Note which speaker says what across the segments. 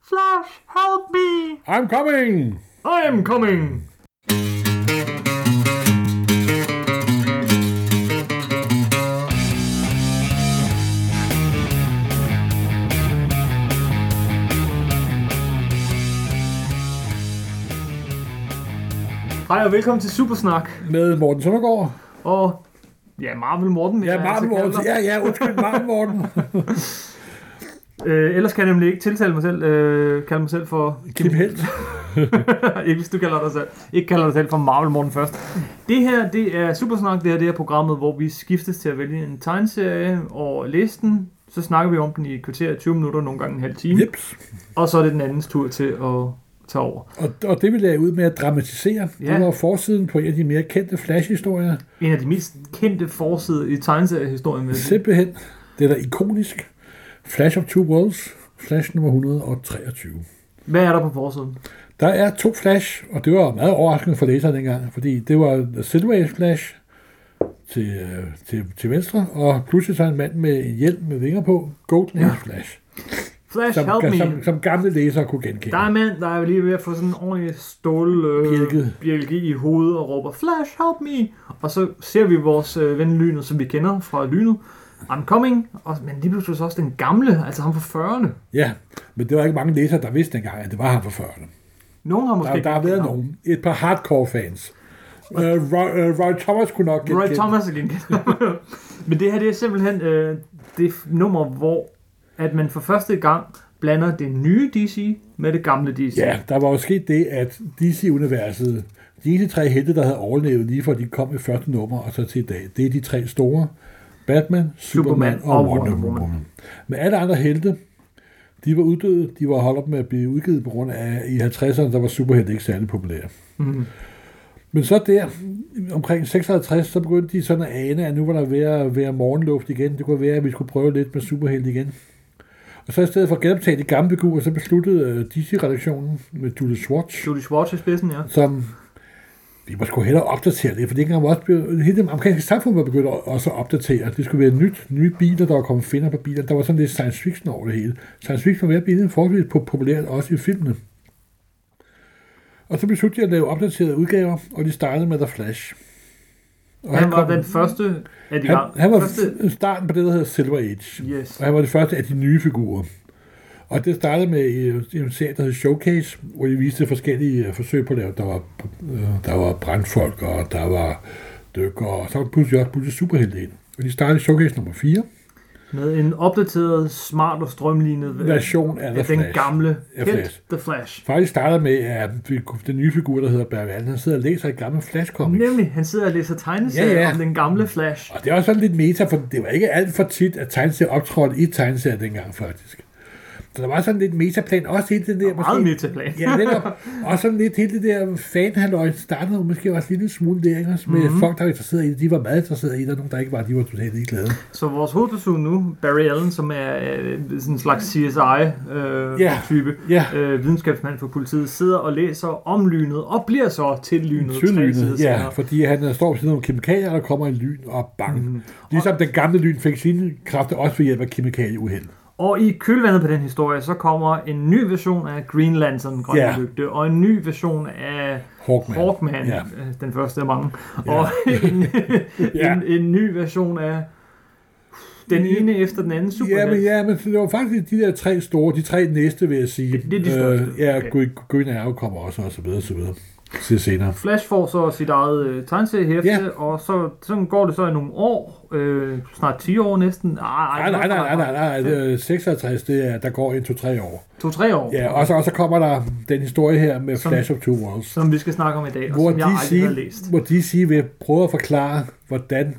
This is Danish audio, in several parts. Speaker 1: Flash, help me!
Speaker 2: I'm coming!
Speaker 3: I am coming! Hej og velkommen til Supersnak.
Speaker 2: Med Morten Søndergaard.
Speaker 3: Og ja, Marvel Morten. vil
Speaker 2: Ja,
Speaker 3: jeg
Speaker 2: Martin
Speaker 3: altså kalde
Speaker 2: Morten.
Speaker 3: dig.
Speaker 2: Ja, ja, undskyld, Martin Morten.
Speaker 3: Øh, ellers kan jeg nemlig ikke tiltale mig selv, øh, kalde mig selv for...
Speaker 2: Kim Helt.
Speaker 3: ikke hvis du kalder dig selv, ikke kalder dig selv for Marvel Morten først. Det her, det er Supersnak. Det her, det er programmet, hvor vi skiftes til at vælge en tegneserie og læse den. Så snakker vi om den i et kvarter af 20 minutter, nogle gange en halv time.
Speaker 2: Jeps.
Speaker 3: Og så er det den andens tur til at tage over.
Speaker 2: Og, og det vil jeg ud med at dramatisere. Ja.
Speaker 3: Ja.
Speaker 2: Det var forsiden på en af de mere kendte Flash-historier.
Speaker 3: En af de mest kendte forsider i tegneseriehistorien. vil jeg sige.
Speaker 2: Simpelthen, det er da ikonisk. Flash of Two Worlds, Flash nummer 123.
Speaker 3: Hvad er der på forsiden?
Speaker 2: Der er to Flash, og det var meget overraskende for læseren dengang, fordi det var The Silver Age Flash til, øh, til, til venstre, og pludselig så en mand med en hjelm med vinger på, Golden Age Flash,
Speaker 3: Flash,
Speaker 2: som,
Speaker 3: help me.
Speaker 2: som, som gamle læsere kunne genkende.
Speaker 3: Der er en mand, der er lige ved at få sådan en ordentlig stål øh,
Speaker 2: Bjælke.
Speaker 3: bjælke i hovedet og råber, Flash, help me! Og så ser vi vores øh, ven Lynet, som vi kender fra Lynet. I'm coming! Og, men lige pludselig så også den gamle, altså ham fra 40'erne.
Speaker 2: Ja, men det var ikke mange læsere, der vidste dengang, at det var ham for 40'erne.
Speaker 3: Nogen har måske...
Speaker 2: Der,
Speaker 3: ikke
Speaker 2: der har været
Speaker 3: kendt ham.
Speaker 2: nogen. Et par hardcore fans. Uh, Roy, uh, Roy Thomas kunne nok
Speaker 3: Roy
Speaker 2: genkende-
Speaker 3: Thomas igen. men det her, det er simpelthen øh, det nummer, hvor at man for første gang blander det nye DC med det gamle DC.
Speaker 2: Ja, der var jo sket det, at DC-universet, de eneste tre helte, der havde overlevet lige før de kom i første nummer og så til i dag, det er de tre store. Batman, Superman, Superman og Wonder Woman. Woman. Men alle andre helte, de var uddøde, de var holdt op med at blive udgivet på grund af, i 50'erne, der var superhelte ikke særlig populære.
Speaker 3: Mhm.
Speaker 2: Men så der, omkring 56, så begyndte de sådan at ane, at nu var der ved at være morgenluft igen. Det kunne være, at vi skulle prøve lidt med superhelte igen. Og så i stedet for at genoptage de gamle figurer, så besluttede øh, DC-redaktionen med Julie Schwartz,
Speaker 3: Judy Schwartz i spidsen, ja.
Speaker 2: som vi må sgu hellere opdatere det, for dengang var også blevet, hele det amerikanske samfund var begyndt at- også at opdatere. Det skulle være nyt, nye biler, der var kommet finder på biler. Der var sådan lidt science fiction over det hele. Science fiction var ved at blive forholdsvis po- populært også i filmene. Og så besluttede jeg at lave opdaterede udgaver, og de startede med The Flash. Og
Speaker 3: Han var
Speaker 2: kom-
Speaker 3: den første af de
Speaker 2: han,
Speaker 3: gamle.
Speaker 2: han var
Speaker 3: første,
Speaker 2: første... starten på det, der hedder Silver Age.
Speaker 3: Yes.
Speaker 2: Og han var det første af de nye figurer. Og det startede med øh, en serie, der hed Showcase, hvor de viste forskellige øh, forsøg på at lave. Der var, øh, der var brandfolk, og der var dykker, og så var der pludselig også pludselig superhelte ind. Og de startede i Showcase nummer 4,
Speaker 3: Med en opdateret, smart og strømlignet øh,
Speaker 2: version af The
Speaker 3: af den
Speaker 2: Flash.
Speaker 3: gamle
Speaker 2: Af
Speaker 3: Hit
Speaker 2: Flash.
Speaker 3: The Flash.
Speaker 2: Faktisk startede med, at vi- den nye figur, der hedder Barry Allen, han sidder og læser et gammelt Flash-comics.
Speaker 3: Nemlig, han sidder og læser tegneserier
Speaker 2: Ja,
Speaker 3: ja,
Speaker 2: ja.
Speaker 3: ja. om den gamle Flash.
Speaker 2: Og det er også sådan lidt meta, for det var ikke alt for tit, at tegneserier optrådte i tegneserier dengang, faktisk. Så der var sådan lidt metaplan, også hele det der...
Speaker 3: Og meget
Speaker 2: måske-
Speaker 3: metaplan.
Speaker 2: Ja, netop. Og sådan lidt hele det der fanhalløj startede jo måske også en lille smule der, ikke? Også med mm-hmm. folk, der var interesseret i det. De var meget interesserede i det, og nogle, der ikke var, de var totalt ligeglade.
Speaker 3: Så vores hovedperson nu, Barry Allen, som er øh, sådan en slags
Speaker 2: Ja.
Speaker 3: CSI-type, øh,
Speaker 2: Ja.
Speaker 3: yeah. øh, videnskabsmand for politiet, sidder og læser om lynet, og bliver så til lynet. tre sider
Speaker 2: Tydeligvis, ja,
Speaker 3: senere.
Speaker 2: fordi han øh, står ved siden af nogle kemikalier, og der kommer en lyn, og bang. Mm-hmm. Ligesom den gamle lyn fik sine kræfter også ved hjælp af kemikalieuheld.
Speaker 3: Og i kølvandet på den historie, så kommer en ny version af Green Lantern, Grønne
Speaker 2: Ja.
Speaker 3: yeah. Lygte, og en ny version af
Speaker 2: Hawkman.
Speaker 3: Hawkman,
Speaker 2: Ja.
Speaker 3: ja. øh, den første af mange, og en,
Speaker 2: Ja.
Speaker 3: en, en ny version af den ene efter den anden Super
Speaker 2: Ja, men, ja, men det var faktisk de der tre store, de tre næste, vil jeg sige.
Speaker 3: Det er de største.
Speaker 2: Øh, ja,
Speaker 3: Okay.
Speaker 2: okay. Green Arrow kommer også, og så videre, og så videre. Til senere.
Speaker 3: Flash får så sit eget øh, tegnseriehæfte,
Speaker 2: Ja.
Speaker 3: og så, sådan går det så i nogle år, øh, snart 10 år næsten. Ej,
Speaker 2: Nej, nej, nej, nej, nej, nej. øh, 56, det er, der går en, to, tre år.
Speaker 3: 2-3 år,
Speaker 2: Ja, og så, og så kommer der den historie her med
Speaker 3: Som-
Speaker 2: Flash of Two Worlds.
Speaker 3: som vi skal snakke om i dag, og
Speaker 2: Hvor
Speaker 3: som jeg
Speaker 2: de,
Speaker 3: aldrig har
Speaker 2: siger,
Speaker 3: læst.
Speaker 2: hvor de siger, vil prøve at forklare, hvordan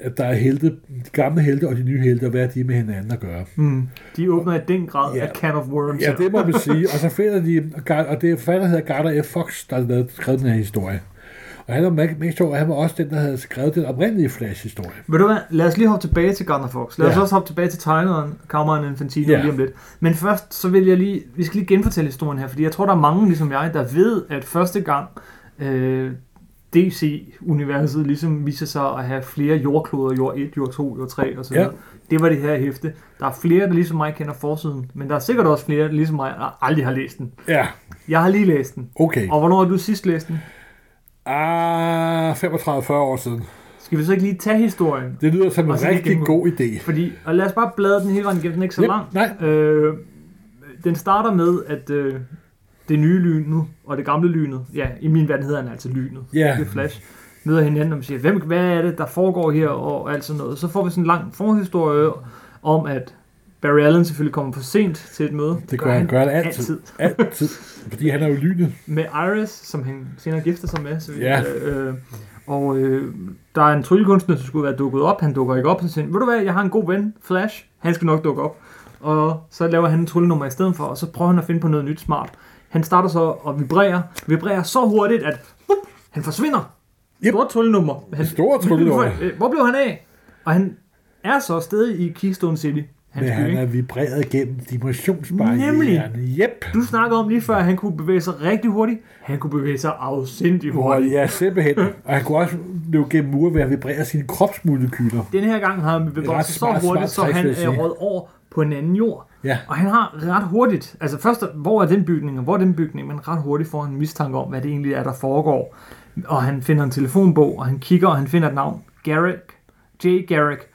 Speaker 2: at der er helte, de gamle helte og de nye helte, og hvad de er med hinanden at gøre.
Speaker 3: Mm. De åbner i den grad
Speaker 2: Ja.
Speaker 3: yeah. a can of worms.
Speaker 2: Ja, det må man sige. Og så finder de, og det er forfatter, der hedder Gardner F. Fox, der har lavet- skrevet den her historie. Og han var mest mest over, at han var også den, der havde skrevet den oprindelige Flash-historie.
Speaker 3: Ved du hvad, lad os lige hoppe tilbage til Gardner Fox. Lad os
Speaker 2: Ja.
Speaker 3: også hoppe tilbage til tegneren, Cameron Infantino
Speaker 2: Ja.
Speaker 3: lige om lidt. Men først, så vil jeg lige, vi skal lige genfortælle historien her, fordi jeg tror, der er mange, ligesom jeg, der ved, at første gang, øh, DC-universet ligesom viser sig at have flere jordkloder, jord 1, jord 2, jord 3 osv.
Speaker 2: Ja.
Speaker 3: Ja. Det var det her hæfte. Der er flere, der ligesom mig kender forsiden, men der er sikkert også flere, der ligesom mig der aldrig har læst den.
Speaker 2: Ja,
Speaker 3: Jeg har lige læst den.
Speaker 2: okay.
Speaker 3: Og hvornår har du sidst læst den?
Speaker 2: Ah, 35-40 år siden.
Speaker 3: Skal vi så ikke lige tage historien?
Speaker 2: Det lyder som en
Speaker 3: Og så lige
Speaker 2: rigtig
Speaker 3: gennemgå-
Speaker 2: god idé.
Speaker 3: Fordi, og lad os bare bladre den hele vejen igennem, den er ikke så
Speaker 2: Yep,
Speaker 3: lang.
Speaker 2: nej.
Speaker 3: Øh, den starter med, at øh, det nye lynet og det gamle lynet, ja, i min verden hedder han altså lynet,
Speaker 2: Ja.
Speaker 3: det er Flash, møder hinanden, og man siger, hvem, hvad er det, der foregår her, og alt sådan noget. Så får vi sådan en lang forhistorie om, at Barry Allen selvfølgelig kommer for sent til et møde.
Speaker 2: Det gør han, gør det altid.
Speaker 3: altid.
Speaker 2: Altid. Fordi han er jo lynet.
Speaker 3: Med Iris, som han senere gifter sig med. Så vi,
Speaker 2: Ja.
Speaker 3: øh, og øh, der er en tryllekunstner, som skulle være dukket op. Han dukker ikke op. Så siger han, ved du hvad, jeg har en god ven, Flash. Han skal nok dukke op. Og så laver han en tryllenummer i stedet for, og så prøver han at finde på noget nyt smart. Han starter så og vibrerer. Vibrerer så hurtigt, at whoop, han forsvinder.
Speaker 2: Yep.
Speaker 3: Yep. Stort tryllenummer. Han,
Speaker 2: Stort tryllenummer.
Speaker 3: Øh, Hvor blev han af? Og han er så stadig i Keystone City.
Speaker 2: Men
Speaker 3: Hans by,
Speaker 2: han
Speaker 3: ikke?
Speaker 2: er vibreret gennem dimensionsbarrieren.
Speaker 3: Nemlig.
Speaker 2: Jep.
Speaker 3: Du snakkede om lige før, at han kunne bevæge sig rigtig hurtigt. Han kunne bevæge sig afsindig hurtigt.
Speaker 2: Hvor ja, simpelthen. Og han kunne også løbe gennem mure ved at vibrere sine kropsmolekyler.
Speaker 3: Den her gang har han
Speaker 2: Det er ret
Speaker 3: bevæget sig så
Speaker 2: smart-
Speaker 3: hurtigt,
Speaker 2: smart
Speaker 3: så
Speaker 2: trick,
Speaker 3: han
Speaker 2: vil jeg
Speaker 3: er
Speaker 2: sige.
Speaker 3: røget over på en anden jord.
Speaker 2: Ja.
Speaker 3: Og han har ret hurtigt, altså først, hvor er den bygning, og hvor er den bygning, men ret hurtigt får han en mistanke om, hvad det egentlig er, der foregår. Og han finder en telefonbog, og han kigger, og han finder et navn, Garrick, J. Garrick.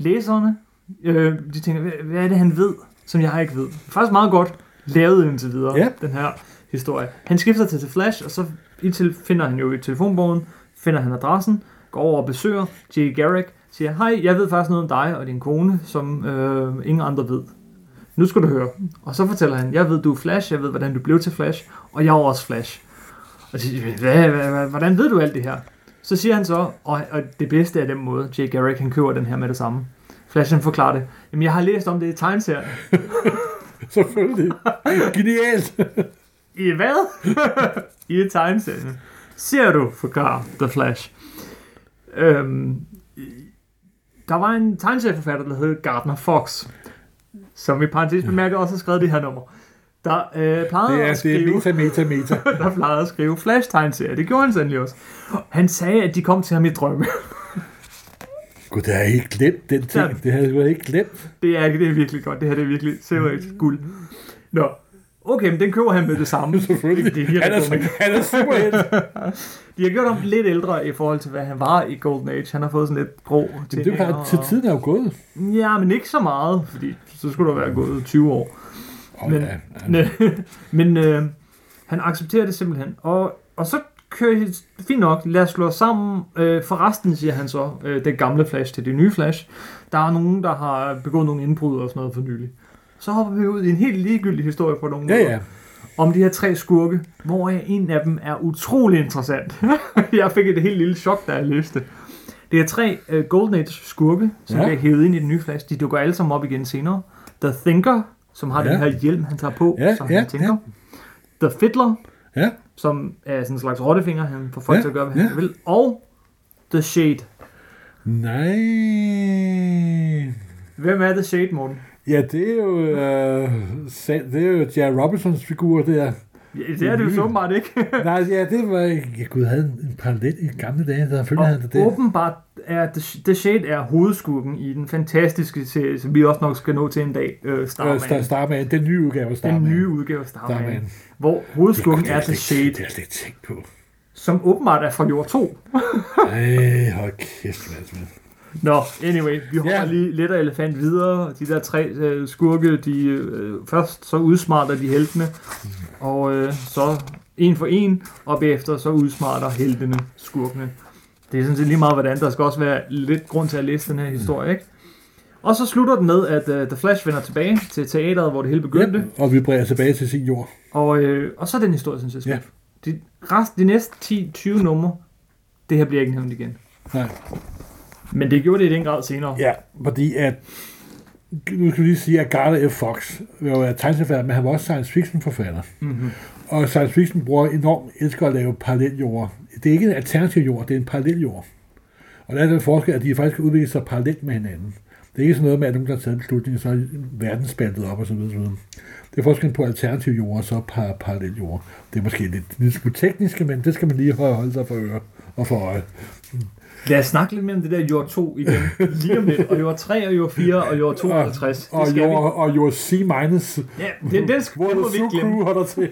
Speaker 3: Læserne, øh, de tænker, "Hvad- hvad er det, han ved, som jeg ikke ved? Faktisk meget godt lavet indtil videre,
Speaker 2: Ja.
Speaker 3: den her historie. Han skifter til The Flash, og så i til- finder han jo i telefonbogen, finder han adressen, går over og besøger J. Garrick, siger, hej, jeg ved faktisk noget om dig og din kone, som øh, ingen andre ved. Nu skal du høre. Og så fortæller han, jeg ved, du er Flash, jeg ved, hvordan du blev til Flash, og jeg er også Flash. Og så siger jeg, hvad, hvad, hvad, hvordan ved du alt det her? Så siger han så, og, og det bedste er den måde, Jay Garrick han køber den her med det samme. Flash han forklarer det. Jamen, jeg har læst om det i tegneserien.
Speaker 2: Selvfølgelig. Genialt.
Speaker 3: I hvad? I tegneserien. Ser du, forklarer The Flash. Øhm, der var en tegneserieforfatter, der hed Gardner Fox, som i parentes bemærket også har skrevet det her nummer. Der øh, plejede
Speaker 2: Det er,
Speaker 3: at
Speaker 2: det er
Speaker 3: skrive...
Speaker 2: meta, meta, meta.
Speaker 3: der plejede at skrive Flash-tegneserier. Det gjorde han sandelig også. Han sagde, at de kom til ham i drømme.
Speaker 2: Gud, det har jeg helt glemt, den ting. Det har jeg sgu da ikke glemt.
Speaker 3: Det er, det er virkelig godt. Det her det er virkelig seriøst
Speaker 2: Mm.
Speaker 3: guld. Nå, okay, men den køber han med det samme.
Speaker 2: Selvfølgelig.
Speaker 3: Det er virkelig
Speaker 2: Han er,
Speaker 3: dumt.
Speaker 2: han er superhelt.
Speaker 3: De har gjort ham lidt ældre i forhold til, hvad han var i Golden Age. Han har fået sådan lidt grå
Speaker 2: Men det er jo klart,
Speaker 3: og-
Speaker 2: til tiden er jo gået.
Speaker 3: Ja, men ikke så meget, fordi så skulle der være gået 20 år.
Speaker 2: Oh,
Speaker 3: Men-
Speaker 2: ja, ja.
Speaker 3: Men øh, han accepterer det simpelthen. Og, og så kører de, fint nok, lad os slå os sammen. Øh, forresten, siger han så, øh, den gamle Flash til det nye Flash. Der er nogen, der har begået nogle indbrud og sådan noget for nylig. Så hopper vi ud i en helt ligegyldig historie på nogle
Speaker 2: ja,
Speaker 3: måder
Speaker 2: ja.
Speaker 3: om de her tre skurke, hvor en af dem er utrolig interessant. jeg fik et helt lille chok, da jeg læste det. Det er tre uh, Golden Age skurke, som
Speaker 2: Ja.
Speaker 3: ja. bliver hævet ind i den nye flash. De dukker alle sammen op igen senere. The Thinker, som har
Speaker 2: Ja.
Speaker 3: ja. den her hjelm, han tager på,
Speaker 2: Ja,
Speaker 3: som
Speaker 2: ja,
Speaker 3: han tænker. The Fiddler,
Speaker 2: Ja,
Speaker 3: som er sådan en slags rottefinger, han får folk
Speaker 2: Ja,
Speaker 3: ja. til at gøre, hvad
Speaker 2: ja.
Speaker 3: han vil. Og The Shade.
Speaker 2: nej.
Speaker 3: Hvem er The Shade, Morten?
Speaker 2: Ja, det er jo, øh, Sa- det er jo Jerry Robinsons figur der.
Speaker 3: Ja, det er det jo så åbenbart ikke.
Speaker 2: Nej, ja, det var ikke... Ja, Gud, havde en, en parallel i gamle dage, der selvfølgelig havde han
Speaker 3: Og
Speaker 2: det.
Speaker 3: åbenbart er The, The Shade er hovedskurken i den fantastiske serie, som vi også nok skal nå til en dag, øh,
Speaker 2: Øh,
Speaker 3: Starman.
Speaker 2: Star- Starman, den nye udgave af Starman.
Speaker 3: den nye udgave af Starman,
Speaker 2: Starman.
Speaker 3: hvor hovedskurken
Speaker 2: Det har
Speaker 3: er
Speaker 2: jeg
Speaker 3: The
Speaker 2: slet ikke- Det
Speaker 3: Shade,
Speaker 2: har jeg slet ikke tænkt på.
Speaker 3: som åbenbart er fra jord 2.
Speaker 2: Ej, hold kæft, mand.
Speaker 3: Nå, anyway, vi hopper
Speaker 2: Ja.
Speaker 3: lige lidt af elefant videre. De der tre øh, skurke, de øh, først så udsmarter de heltene, og øh, så en for en, og bagefter så udsmarter heltene skurkene. Det er sådan set lige meget hvordan, der skal også være lidt grund til at læse den her
Speaker 2: Mm.
Speaker 3: historie, ikke? Og så slutter den med, at øh, The Flash vender tilbage til teateret, hvor det hele begyndte,
Speaker 2: Yep. Og vibrerer tilbage til sin jord.
Speaker 3: og, øh, og så er den historie sådan set slut.
Speaker 2: Ja.
Speaker 3: De, rest, de næste 10-20 numre, det her bliver ikke nævnt igen.
Speaker 2: Nej.
Speaker 3: Men det gjorde det i den grad senere.
Speaker 2: Ja, fordi at... Nu skal vi lige sige, at Garner F. Fox var tegneforfatter, men han var også science fiction forfatter.
Speaker 3: Mm-hmm.
Speaker 2: Og science fiction bruger enormt elsker at lave paralleljord. Det er ikke en alternativ jord, det er en paralleljord. Og der er den forskel, at de faktisk udvikler sig parallelt med hinanden. Det er ikke sådan noget med, at nogen, der har taget en beslutning, så er verden spaltet op og så videre, så videre. Det er forskellen på alternativ jord og så par parallel jord. Det er måske lidt, lidt smule tekniske, men det skal man lige holde sig for øre og for øje.
Speaker 3: Lad os snakke lidt mere om det der jord 2 igen. Lige om lidt. Og jord 3 og jord 4 og jord 52.
Speaker 2: Og,
Speaker 3: Det skal vi.
Speaker 2: jord, og jord C minus,
Speaker 3: Ja, det, den,
Speaker 2: hvor
Speaker 3: den må vi
Speaker 2: Sue
Speaker 3: ikke glemme.
Speaker 2: Crew holder til.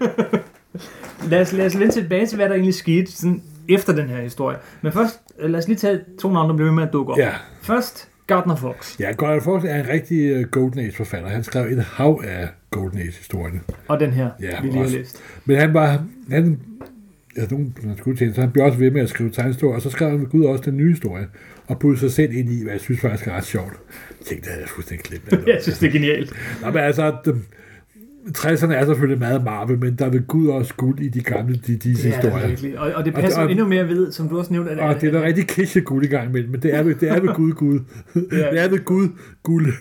Speaker 3: Lad os, lad os vende tilbage til, hvad der egentlig skete sådan efter den her historie. Men først, øh, lad os lige tage to navne, der blev ved med at dukke op.
Speaker 2: Ja.
Speaker 3: Først, Gardner Fox.
Speaker 2: Ja, Gordon Fox er en rigtig øh, Golden Age-forfatter. Han skrev et hav af Golden Age-historierne.
Speaker 3: Og den her,
Speaker 2: Ja,
Speaker 3: vi lige har
Speaker 2: også.
Speaker 3: læst.
Speaker 2: Men han var... Han, ja, nogen, han skulle tjene, så han blev også ved med at skrive tegnstorier, og så skrev han ved Gud også den nye historie, og puttede sig selv ind i, hvad jeg synes faktisk er ret sjovt. Jeg tænkte, det havde jeg fuldstændig glemt. af.
Speaker 3: Jeg synes, det er genialt.
Speaker 2: Nå, men altså, at, øhm, 60'erne er selvfølgelig meget Marvel, men der er ved Gud også guld i de gamle
Speaker 3: Ja, det er
Speaker 2: DC-historier.
Speaker 3: virkelig. og, og det
Speaker 2: Og
Speaker 3: passer
Speaker 2: det- og-
Speaker 3: endnu mere ved, som du også nævnte. At,
Speaker 2: og det er da rigtig kisje guld i gang imellem, men det er ved, det er ved Gud guld.
Speaker 3: Ja.
Speaker 2: Det er ved Gud guld.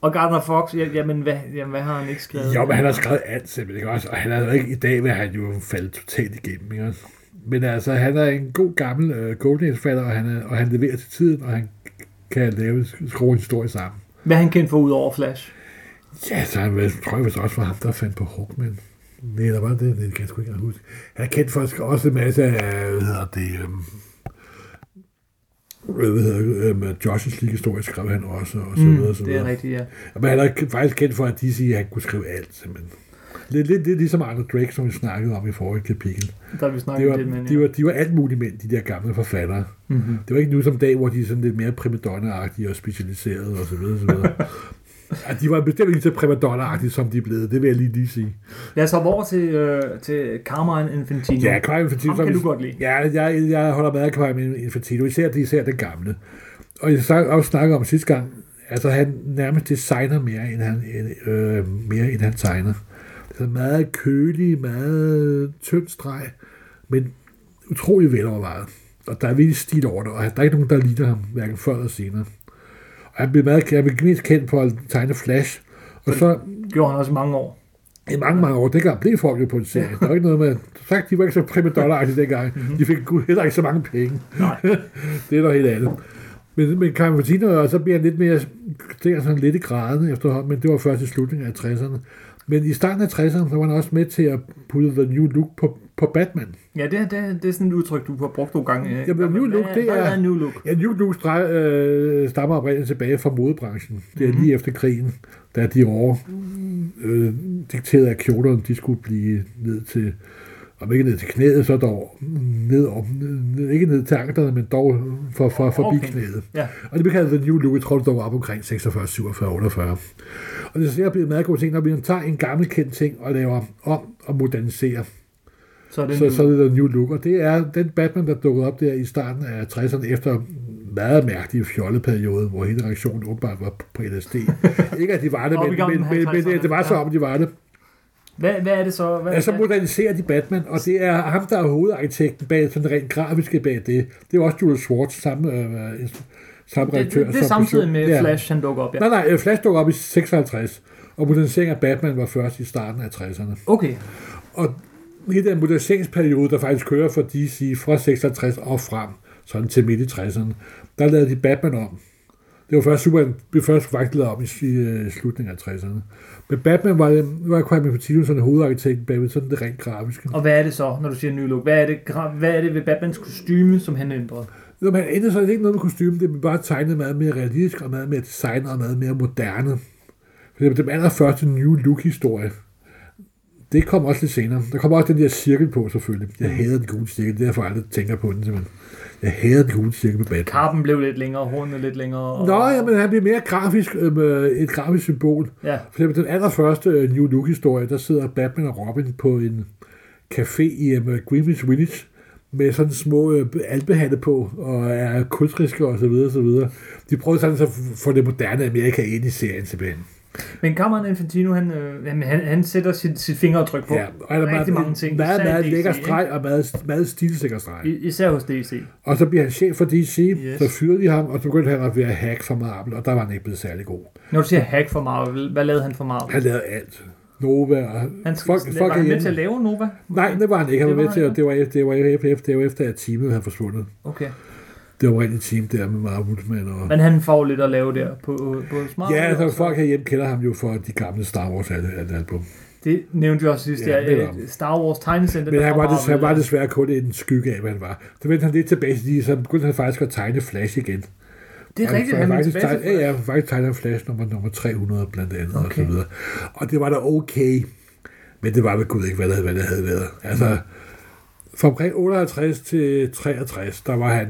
Speaker 3: og Gardner Fox, ja, jamen, hvad, jamen, hvad har han ikke skrevet?
Speaker 2: Jo, men han har skrevet alt simpelthen, ikke også? Og han er jo ikke, i dag vil han jo falde totalt igennem, ikke også? Men altså, han er en god gammel øh, Golden Age-fatter, og han, er, og han leverer til tiden, og han kan lave, skrue en historie sammen.
Speaker 3: Hvad er han kendt for ud over Flash?
Speaker 2: Ja, så han vel- tror jeg vist også var ham, der fandt på Hawkman. Nej, der var det, det kan jeg sgu ikke engang huske. Han er kendt for også en masse af, hvad hedder det, øhm, hvad hedder det, øhm, Josh's League-historie skrev han også, og så videre, og så
Speaker 3: Mm, Det er
Speaker 2: videre.
Speaker 3: rigtigt, ja.
Speaker 2: Men han er k- faktisk kendt for, at de siger, at han kunne skrive alt, simpelthen. Lidt, lidt, lidt ligesom Arne Drake, som vi snakkede om i forrige kapitel.
Speaker 3: Der har vi
Speaker 2: Det
Speaker 3: snakket
Speaker 2: var,
Speaker 3: lidt med.
Speaker 2: de, var, de var alt muligt mænd, de der gamle forfattere.
Speaker 3: Mm-hmm.
Speaker 2: Det var ikke nu som dag, hvor de er sådan lidt mere primadonna-agtige og specialiserede osv. Ja, de var bestemt ikke så primadonna-agtige, som de er blevet. Det vil jeg lige lige sige.
Speaker 3: Lad os hoppe over til, øh, til Carmine Infantino.
Speaker 2: Ja, Crime Infantino.
Speaker 3: Ham kan
Speaker 2: som-
Speaker 3: du godt lide.
Speaker 2: Ja, jeg, jeg holder meget af Crime Infantino. Især, især den gamle. Og jeg snak, også snakkede om sidste gang, altså han nærmest designer mere, end han, end, øh, mere, end han tegner. Det er meget kølig, meget tynd streg, men utrolig velovervejet. Og der er virkelig stil over det, og der er ikke nogen, der ligner ham, hverken før eller senere. Og han blev, meget, han blev mest kendt for at tegne Flash, og så
Speaker 3: Gjorde han også i mange år.
Speaker 2: i mange, mange år, dengang blev folk jo på en serie. Der var ikke noget med, som sagt, de var ikke så primadonna-agtige dengang. De fik gud heller ikke så mange penge.
Speaker 3: Nej.
Speaker 2: det er noget helt andet. Men, men Carmen Fortino, og så bliver han lidt mere, det er sådan lidt i graden efterhånden, men det var først i slutningen af 60'erne. Men i starten af 60'erne, så var han også med til at putte The New Look på, på Batman.
Speaker 3: Ja, det, det, det er sådan et udtryk, du har brugt nogle gange. øh.
Speaker 2: Jamen, new look, det
Speaker 3: Hvad
Speaker 2: er-
Speaker 3: er New Look?
Speaker 2: Ja, New Look stre- øh, stammer oprindeligt tilbage fra modebranchen. Det er
Speaker 3: Mhm.
Speaker 2: lige efter krigen, da de år øh, dikterede, at kjolerne de skulle blive ned til, om ikke ned til knæet, så dog ned om, ned, ikke ned til anklerne, men dog for, for, forbi
Speaker 3: Okay.
Speaker 2: okay. knæet.
Speaker 3: Ja.
Speaker 2: Og det blev kaldt The New Look, jeg tror, det var op omkring 46, 47, 48. Og det er så blevet meget god ting, når vi tager en gammel kendt ting og laver om og moderniserer.
Speaker 3: Så er det
Speaker 2: Så,
Speaker 3: så,
Speaker 2: så er det der New Look, og det er den Batman, der dukkede op der i starten af 60'erne efter meget mærkelig fjolleperiode, hvor hele reaktionen åbenbart var på LSD. Ikke at de var det,
Speaker 3: Op i
Speaker 2: men,
Speaker 3: gamle
Speaker 2: men, men, men det, det var så om, de var det.
Speaker 3: hvad, hvad er det så? Hvad,
Speaker 2: Ja, så
Speaker 3: hvad-
Speaker 2: moderniserer de Batman, og det er ham, der er hovedarkitekten bag, sådan rent grafiske bag det. Det er også Jules Schwartz, samme, øh, samme
Speaker 3: det,
Speaker 2: redaktør.
Speaker 3: det, det er
Speaker 2: som-
Speaker 3: samtidig med
Speaker 2: ja.
Speaker 3: Flash, han dukker op. Ja.
Speaker 2: Nej, nej, øh, Flash dukker op i 56, og moderniseringen af Batman var først i starten af 60'erne.
Speaker 3: Okay,
Speaker 2: Og i den moderniseringsperiode, der faktisk kører for DC fra 66 og frem, sådan til midt i 60'erne, der lavede de Batman om. Det var først Superman blev først faktisk lavet om i, i øh, slutningen af 60'erne. Men Batman var, var Kramer Patino sådan hovedarkitekten bagved, sådan det rent grafiske.
Speaker 3: og hvad er det så, når du siger New Look? Hvad er det, gra- hvad er det ved Batmans kostyme, som han ændrede?
Speaker 2: Når man ændrede sig, det er ikke noget med kostymen, det er bare tegnet meget mere realistisk, og meget mere designet, og meget mere moderne. For eksempel den allerførste New Look-historie, det kom også lidt senere. Der kom også den der cirkel på, selvfølgelig. Jeg hader den gule cirkel, det er derfor, jeg aldrig tænker på den, simpelthen. Jeg hader den gule cirkel på Batman.
Speaker 3: Karpen blev lidt længere, hornene lidt længere. Og,
Speaker 2: Nå, jamen, han bliver mere grafisk, øhm, øh, et grafisk symbol.
Speaker 3: Ja,
Speaker 2: For eksempel den allerførste øh, New Look-historie, der sidder Batman og Robin på en café i øh, Greenwich Village med sådan små øh, alpehatte på, og er kunstriske og så videre, så videre. De prøvede sådan så at få det moderne Amerika ind i serien simpelthen.
Speaker 3: men Cameron Infantino, han, øh, jamen, han, han sætter sit, sit fingeraftryk på
Speaker 2: Ja, og er der
Speaker 3: rigtig
Speaker 2: meget,
Speaker 3: mange ting.
Speaker 2: meget,
Speaker 3: især
Speaker 2: meget
Speaker 3: DC,
Speaker 2: lækker
Speaker 3: ikke?
Speaker 2: streg og meget, meget stilsikker streg.
Speaker 3: I- Især hos DC.
Speaker 2: Og så bliver han chef for
Speaker 3: Yes.
Speaker 2: DC, yes. så fyrede de ham, og så begyndte han at være hack for Marvel, og der var han ikke blevet særlig god.
Speaker 3: Når du siger hack for Marvel, hvad lavede han for Marvel?
Speaker 2: Han lavede alt. Nova og
Speaker 3: Han,
Speaker 2: folk, folk
Speaker 3: var
Speaker 2: er
Speaker 3: han med
Speaker 2: hjemme.
Speaker 3: til at lave Nova?
Speaker 2: Nej, det var han ikke. Han
Speaker 3: Det var
Speaker 2: var med
Speaker 3: han
Speaker 2: til,
Speaker 3: ikke.
Speaker 2: at det var, efter- det var, efter, det var efter, at teamet havde forsvundet.
Speaker 3: Okay.
Speaker 2: det oprindelige team der med Mark Woodman og...
Speaker 3: Men han får lidt at lave der på, øh, på Smart.
Speaker 2: Ja, altså
Speaker 3: også.
Speaker 2: folk herhjemme kender ham jo for de gamle Star Wars al- al- album.
Speaker 3: Det nævnte vi også sidst,
Speaker 2: Ja,
Speaker 3: ja, ja,
Speaker 2: det var ham.
Speaker 3: Star Wars tegnecenter.
Speaker 2: Men han var, des, han var desværre kun en skygge af, hvad han var. Så vendte han lidt tilbage til de, så begyndte han faktisk at tegne Flash igen.
Speaker 3: Det er
Speaker 2: Og
Speaker 3: rigtigt,
Speaker 2: så
Speaker 3: han er
Speaker 2: faktisk
Speaker 3: tilbage
Speaker 2: tegnede,
Speaker 3: til.
Speaker 2: ja, ja, faktisk tegnede han Flash nummer, nummer 300 blandt andet okay. og så
Speaker 3: Okay.
Speaker 2: videre. Og det var da okay, men det var ved Gud ikke, hvad det havde, hvad det havde været. Altså, fra omkring 58 til 63, der var han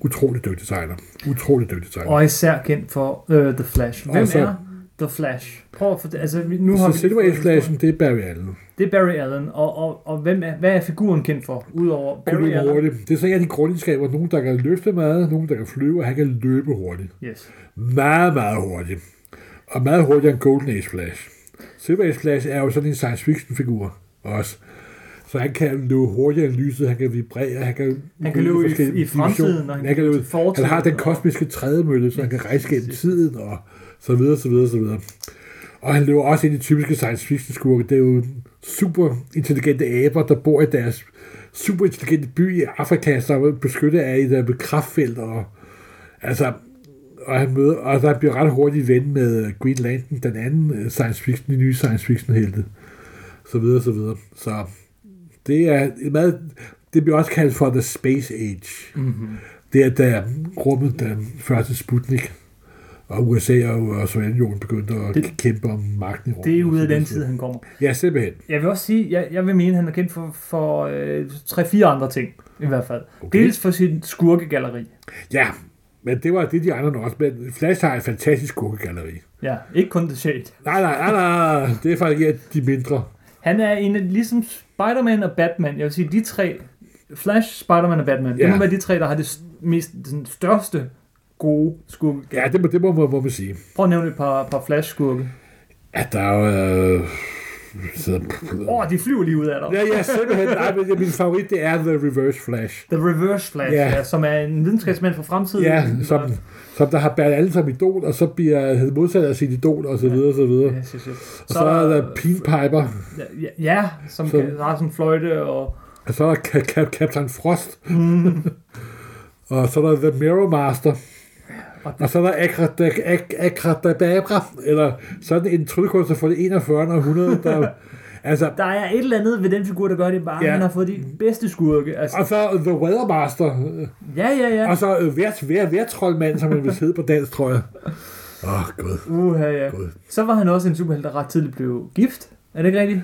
Speaker 2: utrolig dygtig tegner. Utrolig dygtig tegner.
Speaker 3: Og især kendt for uh, The Flash. Hvem
Speaker 2: Og så-
Speaker 3: er The Flash? Prøv at fortælle, altså vi- nu har
Speaker 2: så
Speaker 3: vi...
Speaker 2: Silver Age Flashen, det er Barry Allen.
Speaker 3: Det er Barry Allen, og, og, og hvem er, hvad er figuren kendt for, udover Barry
Speaker 2: Løbe
Speaker 3: Allen?
Speaker 2: hurtigt. Det er så en af de grundegenskaber. Nogen, der kan løfte meget, nogen, der kan flyve, og han kan løbe hurtigt.
Speaker 3: Yes.
Speaker 2: meget, meget hurtigt. Og meget hurtigere end Golden Age Flash. Silver Age Flash er jo sådan en science fiction figur også. Så han kan løbe hurtigere end lyset, han kan vibrere, han kan...
Speaker 3: Han kan løbe i-
Speaker 2: forskellige
Speaker 3: i fremtiden,
Speaker 2: dimensioner.
Speaker 3: og han kan
Speaker 2: han, kan
Speaker 3: løbe
Speaker 2: løbe,
Speaker 3: til fortiden,
Speaker 2: han har den
Speaker 3: og-
Speaker 2: kosmiske trædemølle, så han kan rejse gennem tiden, og så videre, så videre, så videre. Og han løber også ind i typiske science fiction skurke. Det er jo super intelligente aber, der bor i deres super intelligente by i Afrika, som er beskyttet af et øh, kraftfelt. Og, altså, og han møder, og der bliver ret hurtigt ven med Green Lantern, den anden øh, science fiction, de nye science fiction helte. Så videre, så videre. Så det er et meget, det bliver også kaldt for The Space Age. Mm-hmm.
Speaker 3: Mhm.
Speaker 2: Det er da rummet, den første Sputnik, og USA og, og Sovjetunionen begyndte at det,
Speaker 3: Det-
Speaker 2: kæmpe om magten i rummet.
Speaker 3: Det er ude af den tid, han kommer.
Speaker 2: Ja, simpelthen.
Speaker 3: Jeg vil også sige, jeg, jeg vil mene, at han er kendt for, for øh, 3-4 andre ting, i hvert fald.
Speaker 2: Okay.
Speaker 3: Okay. Dels for sin skurkegalleri.
Speaker 2: Ja, men det var det, de andre også. Men Flash har et fantastisk skurkegalleri.
Speaker 3: Ja, ikke kun The Shade.
Speaker 2: Nej, nej, nej, nej. Det er faktisk ja, de mindre.
Speaker 3: Han er en af, ligesom Spider-Man og Batman, jeg vil sige, de tre, Flash, Spider-Man og Batman,
Speaker 2: Ja.
Speaker 3: det må være de tre, der har det st- mest, den største gode skurke.
Speaker 2: Ja, det må, det må, må, må man sige.
Speaker 3: Prøv at nævne et par, par Flash-skurke.
Speaker 2: Ja, der er jo... Øh, så,
Speaker 3: Åh, oh, de flyver lige ud af dig.
Speaker 2: ja, ja, simpelthen. Nej, men min favorit, det er The Reverse Flash.
Speaker 3: The Reverse Flash,
Speaker 2: Ja.
Speaker 3: ja. Ja, som er en videnskabsmand fra fremtiden.
Speaker 2: Ja, som, som der har Bert alle som idol, og så bliver modsat af sit idol, og så videre, og så videre.
Speaker 3: Yes, yes, yes.
Speaker 2: Og så er der Pete Piper,
Speaker 3: ja, ja, som
Speaker 2: Så-
Speaker 3: så... kan, har sådan en fløjte og...
Speaker 2: og så er der Ka- Ka- Captain Frost,
Speaker 3: Mm.
Speaker 2: og så er der The Mirror Master, og så er der Akra- Ak- Akradababra, eller sådan en tryllekunstner fra det 41. århundrede, der... altså,
Speaker 3: Der er et eller andet ved den figur, der gør det bare,
Speaker 2: Ja.
Speaker 3: ja. han har fået de bedste skurke. Altså,
Speaker 2: og så The Weather Master,
Speaker 3: ja, ja, ja.
Speaker 2: Og så øh, vær, vær, vær troldmand, som man vil sidde på dansk, tror jeg. Åh, oh, gud.
Speaker 3: Uha, ja.
Speaker 2: God.
Speaker 3: Så var han også en superhelt, der ret tidligt blev gift. Er det ikke rigtigt?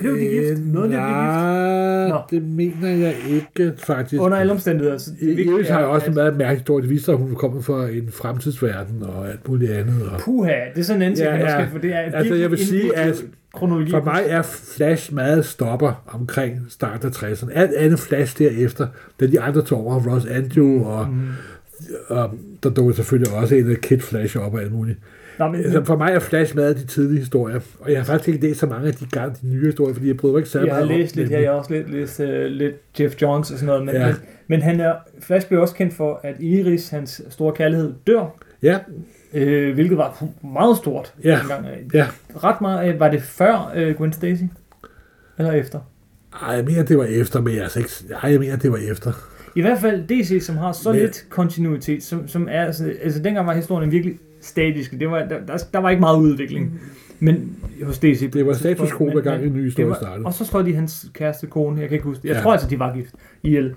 Speaker 3: Blev de gift? Nåede de at blive gift? Nå.
Speaker 2: Øh, Nej, det mener jeg ikke, faktisk.
Speaker 3: Under alle omstændigheder. Så det
Speaker 2: I øvrigt har jeg
Speaker 3: er,
Speaker 2: også en
Speaker 3: at-
Speaker 2: meget mærkelig historie. Det viser sig, at hun kommer fra en fremtidsverden og alt muligt andet. Og
Speaker 3: Puha, det er sådan en ting,
Speaker 2: Ja,
Speaker 3: ja,
Speaker 2: ja.
Speaker 3: ja. for det er
Speaker 2: Altså,
Speaker 3: virkelig
Speaker 2: jeg vil sige, at
Speaker 3: individuel kronologi.
Speaker 2: for mig er Flash meget stopper omkring starten af 60'erne. Alt andet Flash derefter, da de andre tog over, Ross Andrew og,
Speaker 3: Mhm.
Speaker 2: mm. og der dukker selvfølgelig også en af Kid Flash op og alt muligt.
Speaker 3: Nå, men,
Speaker 2: Altså, for mig er Flash meget af de tidlige historier, og jeg har faktisk ikke læst så mange af de, gamle, de nye historier, fordi jeg bryder mig ikke særlig
Speaker 3: jeg har
Speaker 2: meget om
Speaker 3: læst lidt
Speaker 2: dem.
Speaker 3: her, jeg har også lidt, læst, uh, lidt Jeff Johns og sådan noget, men,
Speaker 2: Ja.
Speaker 3: ja. men han er, Flash blev også kendt for, at Iris, hans store kærlighed, dør,
Speaker 2: Ja,
Speaker 3: øh, hvilket var meget stort.
Speaker 2: Ja.
Speaker 3: dengang.
Speaker 2: ja.
Speaker 3: Ret meget, øh, var det før øh, Gwen Stacy? Eller efter?
Speaker 2: Ej, jeg mener, det var efter, men jeg er altså ikke... Ej, jeg mener, det var efter.
Speaker 3: I hvert fald DC, som har så
Speaker 2: Men-
Speaker 3: men... lidt kontinuitet, som, som er, altså, altså dengang var historien virkelig statisk, det var, der, der, der var ikke meget udvikling. Men hos DC... på
Speaker 2: Mm. Det var
Speaker 3: et tidspunkt,
Speaker 2: status quo,
Speaker 3: men-
Speaker 2: hver gang
Speaker 3: men-
Speaker 2: en ny
Speaker 3: Det
Speaker 2: historie
Speaker 3: var,
Speaker 2: startede.
Speaker 3: og så slår de hans kæreste kone, jeg kan ikke huske det. Jeg
Speaker 2: Ja.
Speaker 3: ja. tror altså, de var gift i el.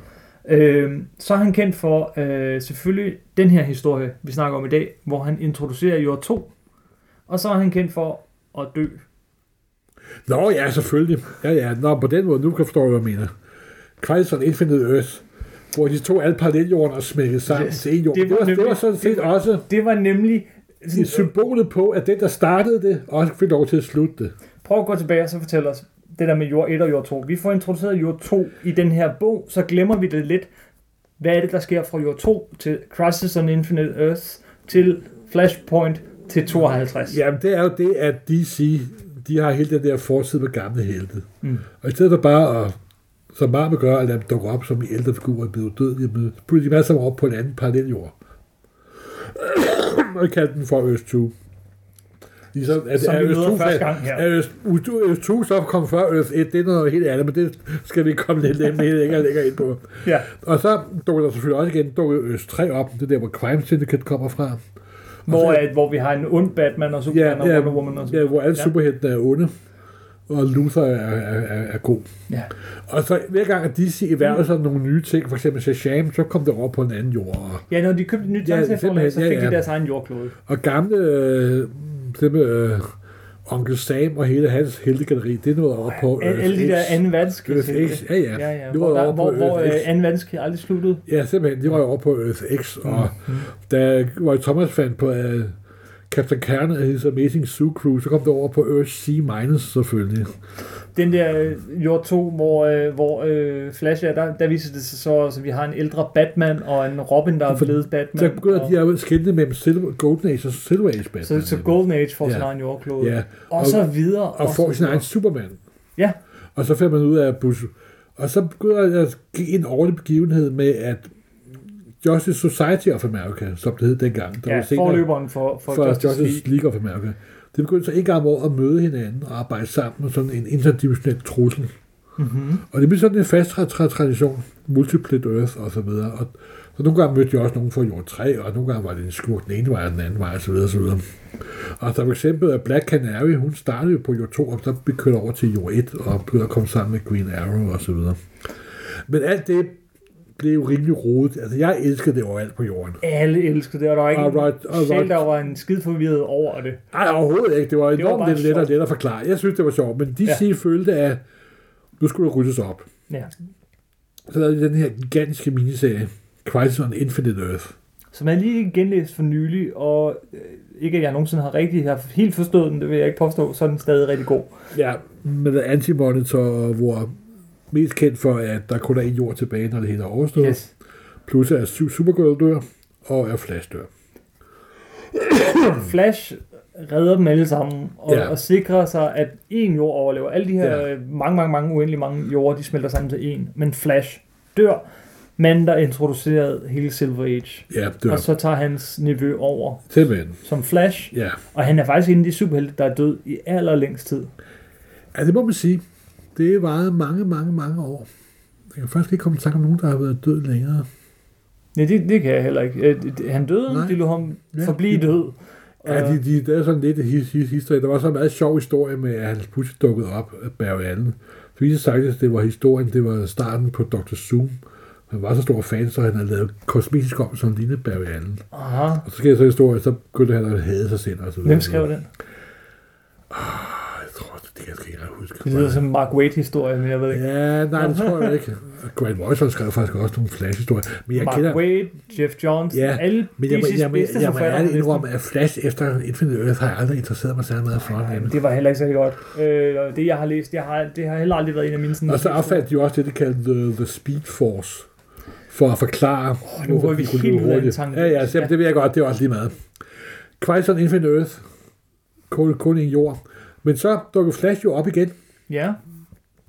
Speaker 3: Øh, så er han kendt for øh, selvfølgelig den her historie, vi snakker om i dag, hvor han introducerer jord 2. Og så er han kendt for at dø.
Speaker 2: Nå, ja, selvfølgelig. Ja, ja. Nå, på den måde, nu kan jeg forstå, hvad jeg mener. Crisis on Infinite Earth, hvor de to alle paralleljorden er smækket sammen yes.
Speaker 3: Yes.
Speaker 2: til en jord. Det
Speaker 3: Det var
Speaker 2: var, det var
Speaker 3: nemlig-
Speaker 2: sådan set
Speaker 3: det
Speaker 2: også
Speaker 3: Det var nemlig...
Speaker 2: et symbolet på, at den, der startede det, også fik lov til at slutte det.
Speaker 3: Prøv at gå tilbage og så fortæl os det der med jord 1 og jord 2. Vi får introduceret jord 2 i den her bog, så glemmer vi det lidt. Hvad er det, der sker fra jord 2 til Crisis on Infinite Earth til Flashpoint til 52?
Speaker 2: Jamen, det er jo det, at DC, de har hele den der forside med gamle helte.
Speaker 3: Mm.
Speaker 2: Og i stedet for bare at, som Marvel gør, at lade dem dukke op som i ældre figurer, blive dødelige, med, putte de masser op på en anden parallel jord. og kalde den for Earth 2. Ligesom, at,
Speaker 3: Som
Speaker 2: at
Speaker 3: vi
Speaker 2: Øst
Speaker 3: møder
Speaker 2: 2
Speaker 3: første gang her.
Speaker 2: at Øst, Øh, U- Øst 2 så kom før Øst 1, det er noget helt andet, men det skal vi komme lidt længere, længere, længere ind på.
Speaker 3: Ja.
Speaker 2: Og så dukker der selvfølgelig også igen dukker Øst 3 op, det er der, hvor Crime Syndicate kommer fra.
Speaker 3: Hvor, at, hvor vi har en ond Batman og Superman
Speaker 2: Ja,
Speaker 3: ja, og
Speaker 2: ja.
Speaker 3: Wonder Woman og så
Speaker 2: Ja, hvor alle
Speaker 3: Ja.
Speaker 2: ja. superheltene er onde, og Luther er, er, er, er god.
Speaker 3: ja.
Speaker 2: Og så hver gang, at DC erhvervede sig nogle nye ting, for eksempel Shazam, så kom det over på en anden jord. Og,
Speaker 3: ja, når de købte et nyt
Speaker 2: Ja,
Speaker 3: tegneserieforlag, så fik
Speaker 2: simpelthen, ja,
Speaker 3: de
Speaker 2: ja.
Speaker 3: deres egen jordklode.
Speaker 2: og gamle, øh, det med, øh, Onkel Sam og hele hans heltegalleri, det er noget over på
Speaker 3: Alle, alle de
Speaker 2: Earth
Speaker 3: der
Speaker 2: X.
Speaker 3: anden verdenskrig.
Speaker 2: Earth X, ja, ja.
Speaker 3: Ja, ja.
Speaker 2: Det var
Speaker 3: Hvor, der,
Speaker 2: over på
Speaker 3: hvor, hvor
Speaker 2: Earth
Speaker 3: øh,
Speaker 2: X.
Speaker 3: anden verdenskrig aldrig sluttede.
Speaker 2: Ja, simpelthen. De var jo over på Earth X, og da Roy Thomas fandt på uh, Captain Kern og His Amazing Zoo Crew, så kom det over på Earth C minus selvfølgelig.
Speaker 3: Den der øh, jord 2, hvor, øh, hvor øh, Flash er, der, der viser det sig så, at vi har en ældre Batman og en Robin, der er
Speaker 2: For-
Speaker 3: blevet Batman.
Speaker 2: Så begynder
Speaker 3: og,
Speaker 2: de at skille mellem Silver, Golden Age og Silver Age Batman.
Speaker 3: så, så Golden Age får
Speaker 2: Ja.
Speaker 3: sin egen jordklode.
Speaker 2: Ja.
Speaker 3: Og,
Speaker 2: Og-
Speaker 3: så videre.
Speaker 2: og får
Speaker 3: så
Speaker 2: sin egen
Speaker 3: videre.
Speaker 2: Superman.
Speaker 3: Ja.
Speaker 2: Og så finder man ud af, at Bush... Og så begynder jeg at give en årlig begivenhed med, at Justice Society of America, som det hed dengang, der
Speaker 3: Ja,
Speaker 2: var senere
Speaker 3: forløberen for, for,
Speaker 2: for
Speaker 3: Justice League.
Speaker 2: Justice League of America, det begyndte så en gang om året at møde hinanden og arbejde sammen med sådan en interdimensionel trussel.
Speaker 4: Mm-hmm.
Speaker 2: Og det blev sådan en fast tra- tra- tradition, multiple Earth og så videre. Og så nogle gange mødte jeg også nogen fra jord 3, og nogle gange var det en skurk den ene vej og den anden vej og så videre og så videre. Og der for eksempel er Black Canary, hun startede jo på jord 2, og så blev kørt over til jord 1, og begyndte at komme sammen med Green Arrow og så videre. Men alt det blev jo rimelig rodet. Altså, jeg elskede det overalt på jorden.
Speaker 3: Alle elskede det, og der var ikke
Speaker 2: Alright,
Speaker 3: right, selv,
Speaker 2: alright.
Speaker 3: der var en skid forvirret over det.
Speaker 2: Nej, overhovedet ikke. Det var
Speaker 3: var bare
Speaker 2: enormt lidt lettere og
Speaker 3: sjovt.
Speaker 2: lettere at forklare. Jeg synes, det var sjovt, men de ja. følte, at nu skulle der ryddes op.
Speaker 3: Ja.
Speaker 2: Så lavede de den her gigantiske miniserie, Crisis on Infinite Earth.
Speaker 3: Som jeg lige genlæst for nylig, og øh, ikke at jeg nogensinde har rigtig har helt forstået den, det vil jeg ikke påstå, så er den stadig rigtig god.
Speaker 2: Ja, med Antimonitor, hvor mest kendt for, at der kun er en jord tilbage, når det hele er overstået. Yes.
Speaker 3: Yes.
Speaker 2: Plus at Su- Supergirl dør, og er Flash dør.
Speaker 3: Flash redder dem alle sammen, og,
Speaker 2: Ja.
Speaker 3: og sikrer sig, at en jord overlever. Alle de her
Speaker 2: Ja.
Speaker 3: ja. mange, mange, mange uendelig mange jorder, de smelter sammen til en. Men Flash dør. Manden, der introducerede hele Silver Age.
Speaker 2: Ja, dør.
Speaker 3: Og så tager hans nevø over
Speaker 2: Simpelthen.
Speaker 3: som Flash.
Speaker 2: Ja.
Speaker 3: Og han er faktisk en af de superhelte, der er død i allerlængst tid.
Speaker 2: ja, det må man sige. Det varede mange, mange, mange år. Jeg kan faktisk ikke komme i tanke om nogen, der har været død længere.
Speaker 3: Nej, det, det kan jeg heller ikke. Øh, det- det- Han døde, Nej.
Speaker 2: Nej.
Speaker 3: de lå ham
Speaker 2: Ja.
Speaker 3: forblive død.
Speaker 2: Ja, de, de, det er sådan lidt his, his, historie. Der var så en meget sjov historie med, at han pludselig dukkede op af Barry Allen. Så viste det sig faktisk, at det var historien, det var starten på Dr. Zoom. Han var så stor fan, så han havde lavet kosmetisk om, som lignede Barry Allen.
Speaker 3: Aha.
Speaker 2: Og så sker der så historie, så begyndte han at hade sig selv. Og så videre.
Speaker 3: Hvem skrev den?
Speaker 2: Jeg tror, det kan jeg sgu ikke engang huske.
Speaker 3: Det lyder som en Mark Waid-historie, men jeg ved ikke.
Speaker 2: Ja, nej, det tror jeg ikke. Grant Morrison skrev faktisk også nogle flash-historier. Men jeg
Speaker 3: Mark
Speaker 2: kender...
Speaker 3: Waid, Jeff Johns,
Speaker 2: Ja,
Speaker 3: alle
Speaker 2: Men jeg, må-
Speaker 3: DC's
Speaker 2: jeg, må- jeg,
Speaker 3: bedste
Speaker 2: jeg, jeg må
Speaker 3: forfattere.
Speaker 2: ærligt indrømme, at Flash efter Infinite Earth har jeg aldrig interesseret mig særlig meget for.
Speaker 3: Jamen,
Speaker 2: nemlig.
Speaker 3: det var heller ikke særlig godt. Øh, og det, jeg har læst, jeg har, det har heller aldrig været en af mine... Sådan,
Speaker 2: Og så opfandt de jo også det, de kaldte The, the Speed Force, for at forklare, oh,
Speaker 3: nu går vi helt ud af den tanke.
Speaker 2: Ja, ja, så,
Speaker 3: Ja.
Speaker 2: det ved jeg godt, det er også lige meget. Christ on Infinite Earth, kun, kun en jord. Men så dukker Flash jo op igen.
Speaker 3: Ja.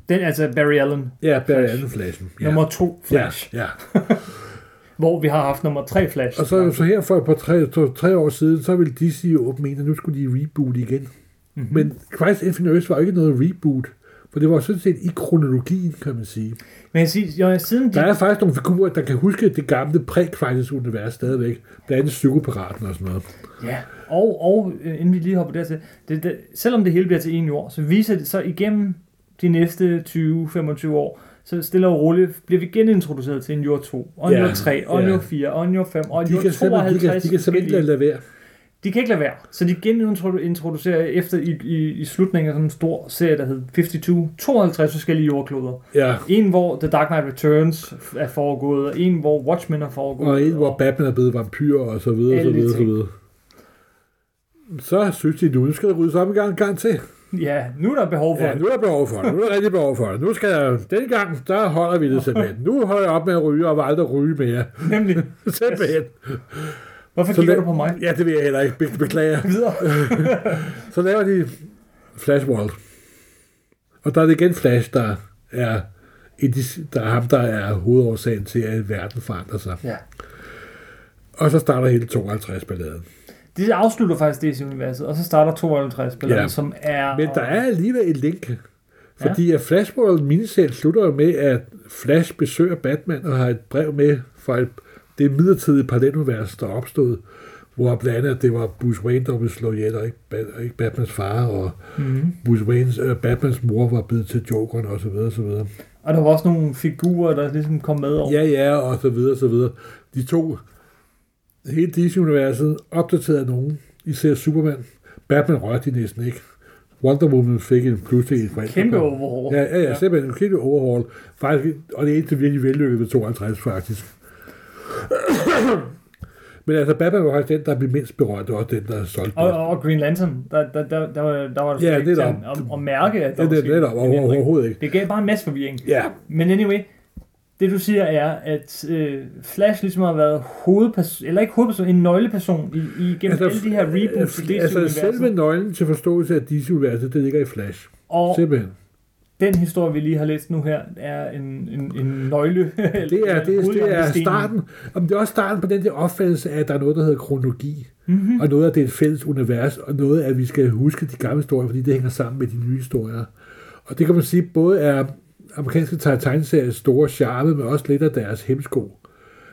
Speaker 3: Den, altså Barry Allen,
Speaker 2: Ja, Barry Allen Flashen. Ja.
Speaker 3: nummer to Flash,
Speaker 2: Ja, ja.
Speaker 3: hvor vi har haft nummer tre Flash.
Speaker 2: Og så, så her for et par tre, to, tre år siden, så ville DC jo åbne en, at nu skulle de reboot igen.
Speaker 3: Mhm.
Speaker 2: Mm-hmm. Men Christ Infinite Earth var jo ikke noget reboot, for det var sådan set i kronologien, kan man sige.
Speaker 3: Men jeg siger, jo, siden de...
Speaker 2: Der er faktisk nogle figurer, der kan huske det gamle pre-Crisis-univers stadigvæk. Blandt andet Psykopiraten og sådan noget.
Speaker 3: Ja, og, og øh, inden vi lige hopper dertil, det, det, selvom det hele bliver til en jord, så viser det så igennem de næste 20-25 år, så stille og roligt bliver vi genintroduceret til en jord 2, og en
Speaker 2: Ja,
Speaker 3: jord 3, og en
Speaker 2: ja.
Speaker 3: jord 4, og en jord 5, og en
Speaker 2: De
Speaker 3: jord
Speaker 2: kan, simpelthen, de,
Speaker 3: 52.
Speaker 2: kan, de kan simpelthen ikke
Speaker 3: forskellige.
Speaker 2: lade være.
Speaker 3: de kan ikke lade være, så de genintroducerer efter i, i, i slutningen af sådan en stor serie, der hed 52, 52 forskellige jordkloder.
Speaker 2: Ja.
Speaker 3: En, hvor The Dark Knight Returns er foregået, og en, hvor Watchmen er foregået.
Speaker 2: Og en, hvor Batman er blevet vampyr og så videre,
Speaker 3: Alle
Speaker 2: så
Speaker 3: de
Speaker 2: videre, så
Speaker 3: ting.
Speaker 2: videre. Så synes de, nu skal der ryddes op en gang, en gang til.
Speaker 3: Ja, nu er der behov for
Speaker 2: Ja,
Speaker 3: ja,
Speaker 2: nu er der behov for det. Nu er der rigtig behov for det. Nu skal jeg, den gang, der holder vi det simpelthen. Nu holder jeg op med at ryge, og vil aldrig ryge mere.
Speaker 3: nemlig.
Speaker 2: Simpelthen.
Speaker 3: Hvorfor
Speaker 2: Så
Speaker 3: kigger
Speaker 2: la-
Speaker 3: du på mig?
Speaker 2: Ja, det vil jeg heller ikke. Be- Beklager.
Speaker 3: Videre.
Speaker 2: Så laver de Flash World. Og der er det igen Flash, der er, i de, der er ham, der er hovedårsagen til, at verden forandrer sig.
Speaker 3: Ja.
Speaker 2: Og så starter hele 52-balladen.
Speaker 3: Det afslutter faktisk DC-universet, og så starter 52 billedet,
Speaker 2: Ja.
Speaker 3: ja. som er...
Speaker 2: Men der er alligevel et link. Fordi at Flash World miniserien slutter jo med, at Flash besøger Batman og har et brev med fra et, det midlertidige parallelunivers, der opstod, hvor blandt andet det var Bruce Wayne, der blev slået ihjel, og ikke, Bat- og ikke Batmans far, og
Speaker 3: Mm.
Speaker 2: Bruce Waynes, øh, Batmans mor var blevet til Jokeren, og så videre, og så videre.
Speaker 3: Og der var også nogle figurer, der ligesom kom med over.
Speaker 2: Ja, ja, og så videre, og så videre. De to, hele DC-universet, opdateret af nogen, især Superman. Batman rørte de næsten ikke. Wonder Woman fik en pludselig et forældre-
Speaker 3: Kæmpe overhaul.
Speaker 2: Ja, ja, ja, simpelthen en kæmpe overhaul. Faktisk, og det eneste virkelig vellykket ved 52, faktisk. Men altså, Batman var faktisk den, der blev mindst berørt, og også den, der solgte
Speaker 3: Og,
Speaker 2: mest.
Speaker 3: og Green Lantern, der, der, der, der, var- der var der
Speaker 2: Ja,
Speaker 3: slet
Speaker 2: det
Speaker 3: ikke
Speaker 2: er
Speaker 3: sådan at, at mærke, at der
Speaker 2: Ja, det
Speaker 3: var
Speaker 2: er
Speaker 3: sket
Speaker 2: netop
Speaker 3: en ændring.
Speaker 2: over, overhovedet ikke.
Speaker 3: Det gav bare en masse forvirring.
Speaker 2: Ja,
Speaker 3: Men anyway, det du siger er, at øh, Flash ligesom har været hovedperson, eller ikke hovedperson, en nøgleperson i, i gennem
Speaker 2: altså,
Speaker 3: alle de her reboots i
Speaker 2: øh, altså selve
Speaker 3: DC-universet.
Speaker 2: nøglen til forståelse af DC-universet, det ligger i Flash.
Speaker 3: Og
Speaker 2: Simpelthen.
Speaker 3: den historie, vi lige har læst nu her, er en, en, en nøgle.
Speaker 2: Det er, det, er, det er
Speaker 3: hovedhjørnestenen.
Speaker 2: starten. Jamen, det er også starten på den der opfattelse af, at der er noget, der hedder kronologi. Mm-hmm. Og noget af det er et fælles univers, og noget af, at vi skal huske de gamle historier, fordi det hænger sammen med de nye historier. Og det kan man sige, både er amerikanske teg- tegneseriers store charme, men også lidt af deres hemsko.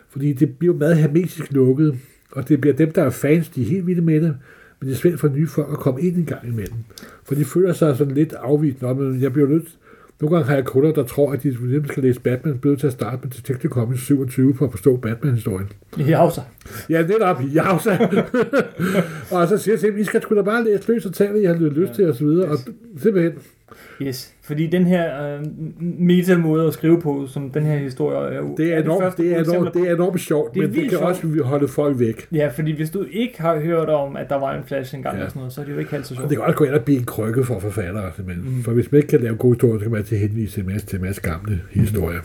Speaker 2: Fordi det bliver meget hermetisk lukket, og det bliver dem, der er fans, de er helt vilde med det, men det er svært for nye folk at komme ind en gang imellem. For de føler sig sådan lidt afvist, Nå, men jeg bliver nødt nogle gange har jeg kunder, der tror, at de for eksempel skal læse Batman, bliver til at starte med Detective Comics 27 for at forstå Batman-historien.
Speaker 3: Ja, så.
Speaker 2: Ja, netop. Ja, så. og så siger jeg til dem, I skal sgu da bare læse løs og tage, hvad I har lyst ja. til, og så videre. Og simpelthen,
Speaker 3: Yes, fordi den her øh, meta-måde at skrive på, som den her historie er jo...
Speaker 2: det er enormt,
Speaker 3: første
Speaker 2: det er
Speaker 3: eksempel
Speaker 2: enormt, det er enormt sjovt,
Speaker 3: Det er
Speaker 2: men det
Speaker 3: vildt
Speaker 2: kan
Speaker 3: sjovt.
Speaker 2: også holde folk væk.
Speaker 3: Ja, fordi hvis du ikke har hørt om, at der var en flash engang
Speaker 2: Ja.
Speaker 3: ja. og sådan noget, så er det jo ikke altid
Speaker 2: Og
Speaker 3: sjovt.
Speaker 2: det kan også gå ind og blive en krykke for forfattere, simpelthen. Mm. For hvis man ikke kan lave gode historier, så kan man altid henvise til en masse, til en masse gamle
Speaker 3: Mm.
Speaker 2: historier.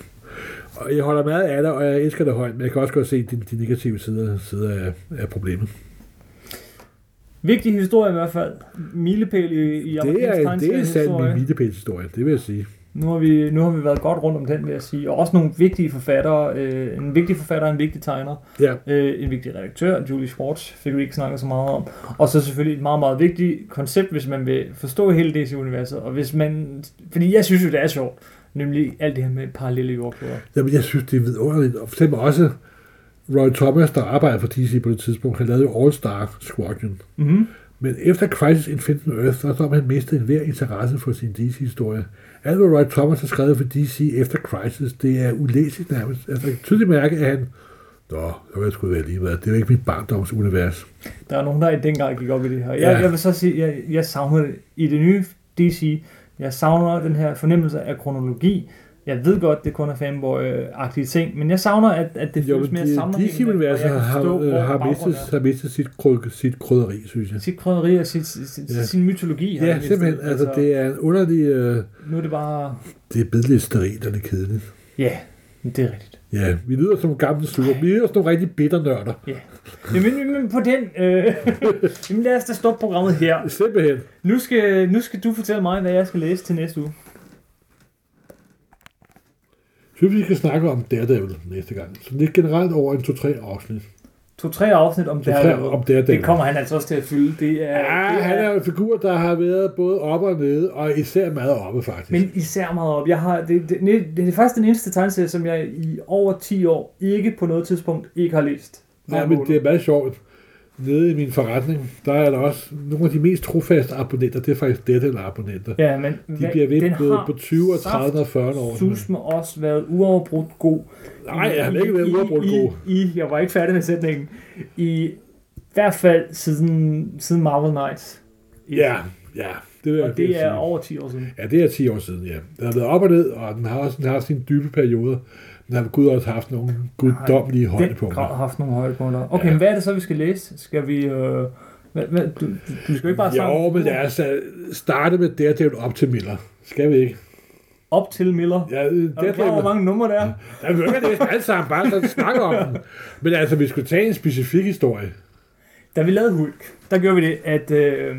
Speaker 2: Og jeg holder meget af det, og jeg elsker det højt, men jeg kan også godt se de, de negative sider, sider af, af problemet.
Speaker 3: Vigtig historie i hvert fald. Milepæl i, i
Speaker 2: Det
Speaker 3: amerikansk
Speaker 2: er, det er sandt min
Speaker 3: tegneseriehistorie.
Speaker 2: milepælshistorie, det vil jeg sige.
Speaker 3: Nu har, vi, nu har vi været godt rundt om den, vil jeg sige. Og også nogle vigtige forfattere. Øh, en vigtig forfatter, en vigtig tegner,
Speaker 2: Ja,
Speaker 3: øh, en vigtig redaktør, Julie Schwartz, fik vi ikke snakket så meget om. Og så selvfølgelig et meget, meget vigtigt koncept, hvis man vil forstå hele DC-universet. Og hvis man, fordi jeg synes jo, det er sjovt. Nemlig alt det her med parallelle jordkloder.
Speaker 2: jamen, jeg synes, det er vidunderligt. Og for eksempel også Roy Thomas, der arbejder for DC på det tidspunkt, han lavede jo All Star Squadron.
Speaker 3: Mm-hmm.
Speaker 2: Men efter Crisis Infinite Earth, så har han mistet enhver interesse for sin DC-historie. Alt, hvad Roy Thomas har skrevet for DC efter Crisis, det er ulæseligt nærmest. Altså, jeg kan tydeligt mærke, at han... Nå, så vil jeg sgu være lige med. Det er jo ikke mit barndomsunivers.
Speaker 3: Der er nogen, der i den grad gik op i det her. Jeg,
Speaker 2: Ja.
Speaker 3: ja. jeg vil så sige, jeg, jeg savner det. I det nye DC, jeg savner den her fornemmelse af kronologi. Jeg ved godt, det kun er fanboy-agtige ting, men jeg savner, at, at det
Speaker 2: Jo,
Speaker 3: føles
Speaker 2: men
Speaker 3: mere sammenhængende.
Speaker 2: DC-universet
Speaker 3: og jeg
Speaker 2: har,
Speaker 3: kan forstå, hvor
Speaker 2: har, har,
Speaker 3: baggrunden
Speaker 2: mistet, har mistet sit, kryg, sit krydderi, synes
Speaker 3: er.
Speaker 2: jeg.
Speaker 3: Sit krydderi og sit, sit, sit,
Speaker 2: Ja.
Speaker 3: ja. sin mytologi. har
Speaker 2: Ja,
Speaker 3: det
Speaker 2: simpelthen.
Speaker 3: mistet.
Speaker 2: Altså, det er en underlig... Øh,
Speaker 3: Nu er det bare...
Speaker 2: det er blevet lidt sterilt og lidt kedeligt.
Speaker 3: Ja, det er rigtigt.
Speaker 2: Ja, vi lyder som gamle sure. Vi lyder som nogle rigtig bitternørder.
Speaker 3: Ja. Jamen, men- men på den... Øh, jamen, lad os da stoppe programmet her.
Speaker 2: Simpelthen.
Speaker 3: Nu skal, nu skal du fortælle mig, hvad jeg skal læse til næste uge.
Speaker 2: Synes vi skal snakke om Daredevil næste gang. Så det er generelt over en 2-3 afsnit.
Speaker 3: to-tre afsnit om
Speaker 2: To-tre
Speaker 3: Daredevil.
Speaker 2: om Daredevil.
Speaker 3: Det kommer han altså også til at fylde. Det er,
Speaker 2: Ja,
Speaker 3: det
Speaker 2: han er jo en figur, der har været både oppe og nede, og især meget oppe faktisk.
Speaker 3: men især meget op. Jeg har, det, det, det, det er faktisk den eneste tegneserie, som jeg i over 10 år ikke på noget tidspunkt ikke har læst.
Speaker 2: ja, men det er meget sjovt. Nede i min forretning, der er der også nogle af de mest trofaste abonnenter, det er faktisk Daredevil-abonnenter.
Speaker 3: ja, men
Speaker 2: De bliver ved både på 20, og 30 og 40 år.
Speaker 3: Sus med os været uafbrudt god.
Speaker 2: Nej,
Speaker 3: I-
Speaker 2: han har ikke været
Speaker 3: i-
Speaker 2: uafbrudt
Speaker 3: i-
Speaker 2: god.
Speaker 3: I, i, jeg var ikke færdig med sætningen. I hvert fald siden, siden Marvel Knights.
Speaker 2: Ja, ja. Det vil jeg
Speaker 3: Og det er
Speaker 2: sige.
Speaker 3: over 10 år siden.
Speaker 2: Ja, det er 10 år siden, ja. Den har været op og ned, og den har også den har haft sine dybe perioder. Den har gud også haft nogle guddommelige
Speaker 3: Den
Speaker 2: højdepunkter.
Speaker 3: grad har haft nogle højdepunkter. Okay,
Speaker 2: Ja.
Speaker 3: ja. men hvad er det så, vi skal læse? Skal vi... Øh, hvad, hvad, du, du skal jo ikke bare snakke
Speaker 2: Jo, men lad os øh, starte med Daredevil op til Miller. Skal vi ikke?
Speaker 3: op til Miller. Ja,
Speaker 2: Ja, øh,
Speaker 3: er du klar, over, hvor
Speaker 2: Daredevil,
Speaker 3: mange numre der er?
Speaker 2: der vil ikke næsten alle sammen bare sådan snakke om den. Men altså, vi skulle tage en specifik historie.
Speaker 3: Da vi lavede Hulk, der gjorde vi det, at... Øh,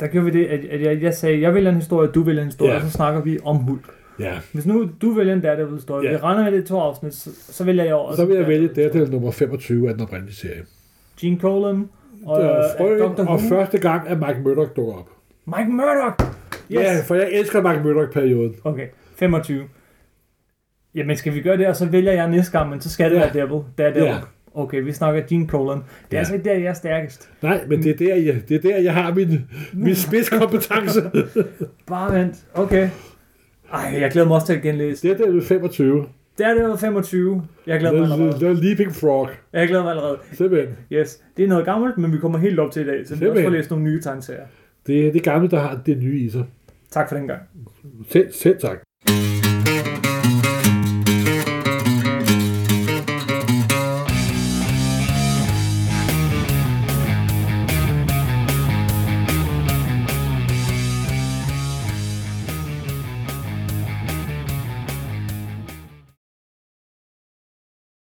Speaker 3: der gjorde vi det, at, at jeg, jeg sagde, jeg vælger en historie, du vælger en historie,
Speaker 2: Ja.
Speaker 3: ja. og så snakker vi om Hulk.
Speaker 2: Ja,
Speaker 3: Hvis nu du vælger en Daredevil historie,
Speaker 2: Ja.
Speaker 3: ja. vi render med det i to afsnit, så, så vælger jeg også.
Speaker 2: så vil jeg vælge
Speaker 3: Daredevil-historie.
Speaker 2: Daredevil nummer 25 af den oprindelige serie.
Speaker 3: Gene Colan, Og,
Speaker 2: øh, frøen,
Speaker 3: Dr.
Speaker 2: og
Speaker 3: Who.
Speaker 2: første gang, at Mike Murdoch dukker op.
Speaker 3: Mike Murdoch!
Speaker 2: Yes. Ja, for jeg elsker Mike Murdoch-perioden.
Speaker 3: Okay, 25. Jamen, skal vi gøre det, og så vælger jeg næste gang, men så skal det
Speaker 2: Ja.
Speaker 3: være Devil. Det er Devil.
Speaker 2: Ja.
Speaker 3: Okay, vi snakker Gene Prolan. Det er
Speaker 2: Ja.
Speaker 3: altså ikke der, jeg er stærkest.
Speaker 2: Nej, men det er der, jeg, det er der, jeg har min, min spidskompetence.
Speaker 3: Bare vent. Okay. Ej, jeg glæder mig også til at genlæse.
Speaker 2: det er der, du er 25.
Speaker 3: Det er Devil 25. Jeg glæder mig allerede.
Speaker 2: Det er Leaping Frog.
Speaker 3: Jeg glæder mig allerede.
Speaker 2: Simpelthen.
Speaker 3: Yes, det er noget gammelt, men vi kommer helt op til i dag, så vi kan også får
Speaker 2: Simpelthen.
Speaker 3: læst nogle nye tegneserier.
Speaker 2: Det er det gamle, der har det nye i sig.
Speaker 3: Tak for den gang.
Speaker 2: Selv, selv tak.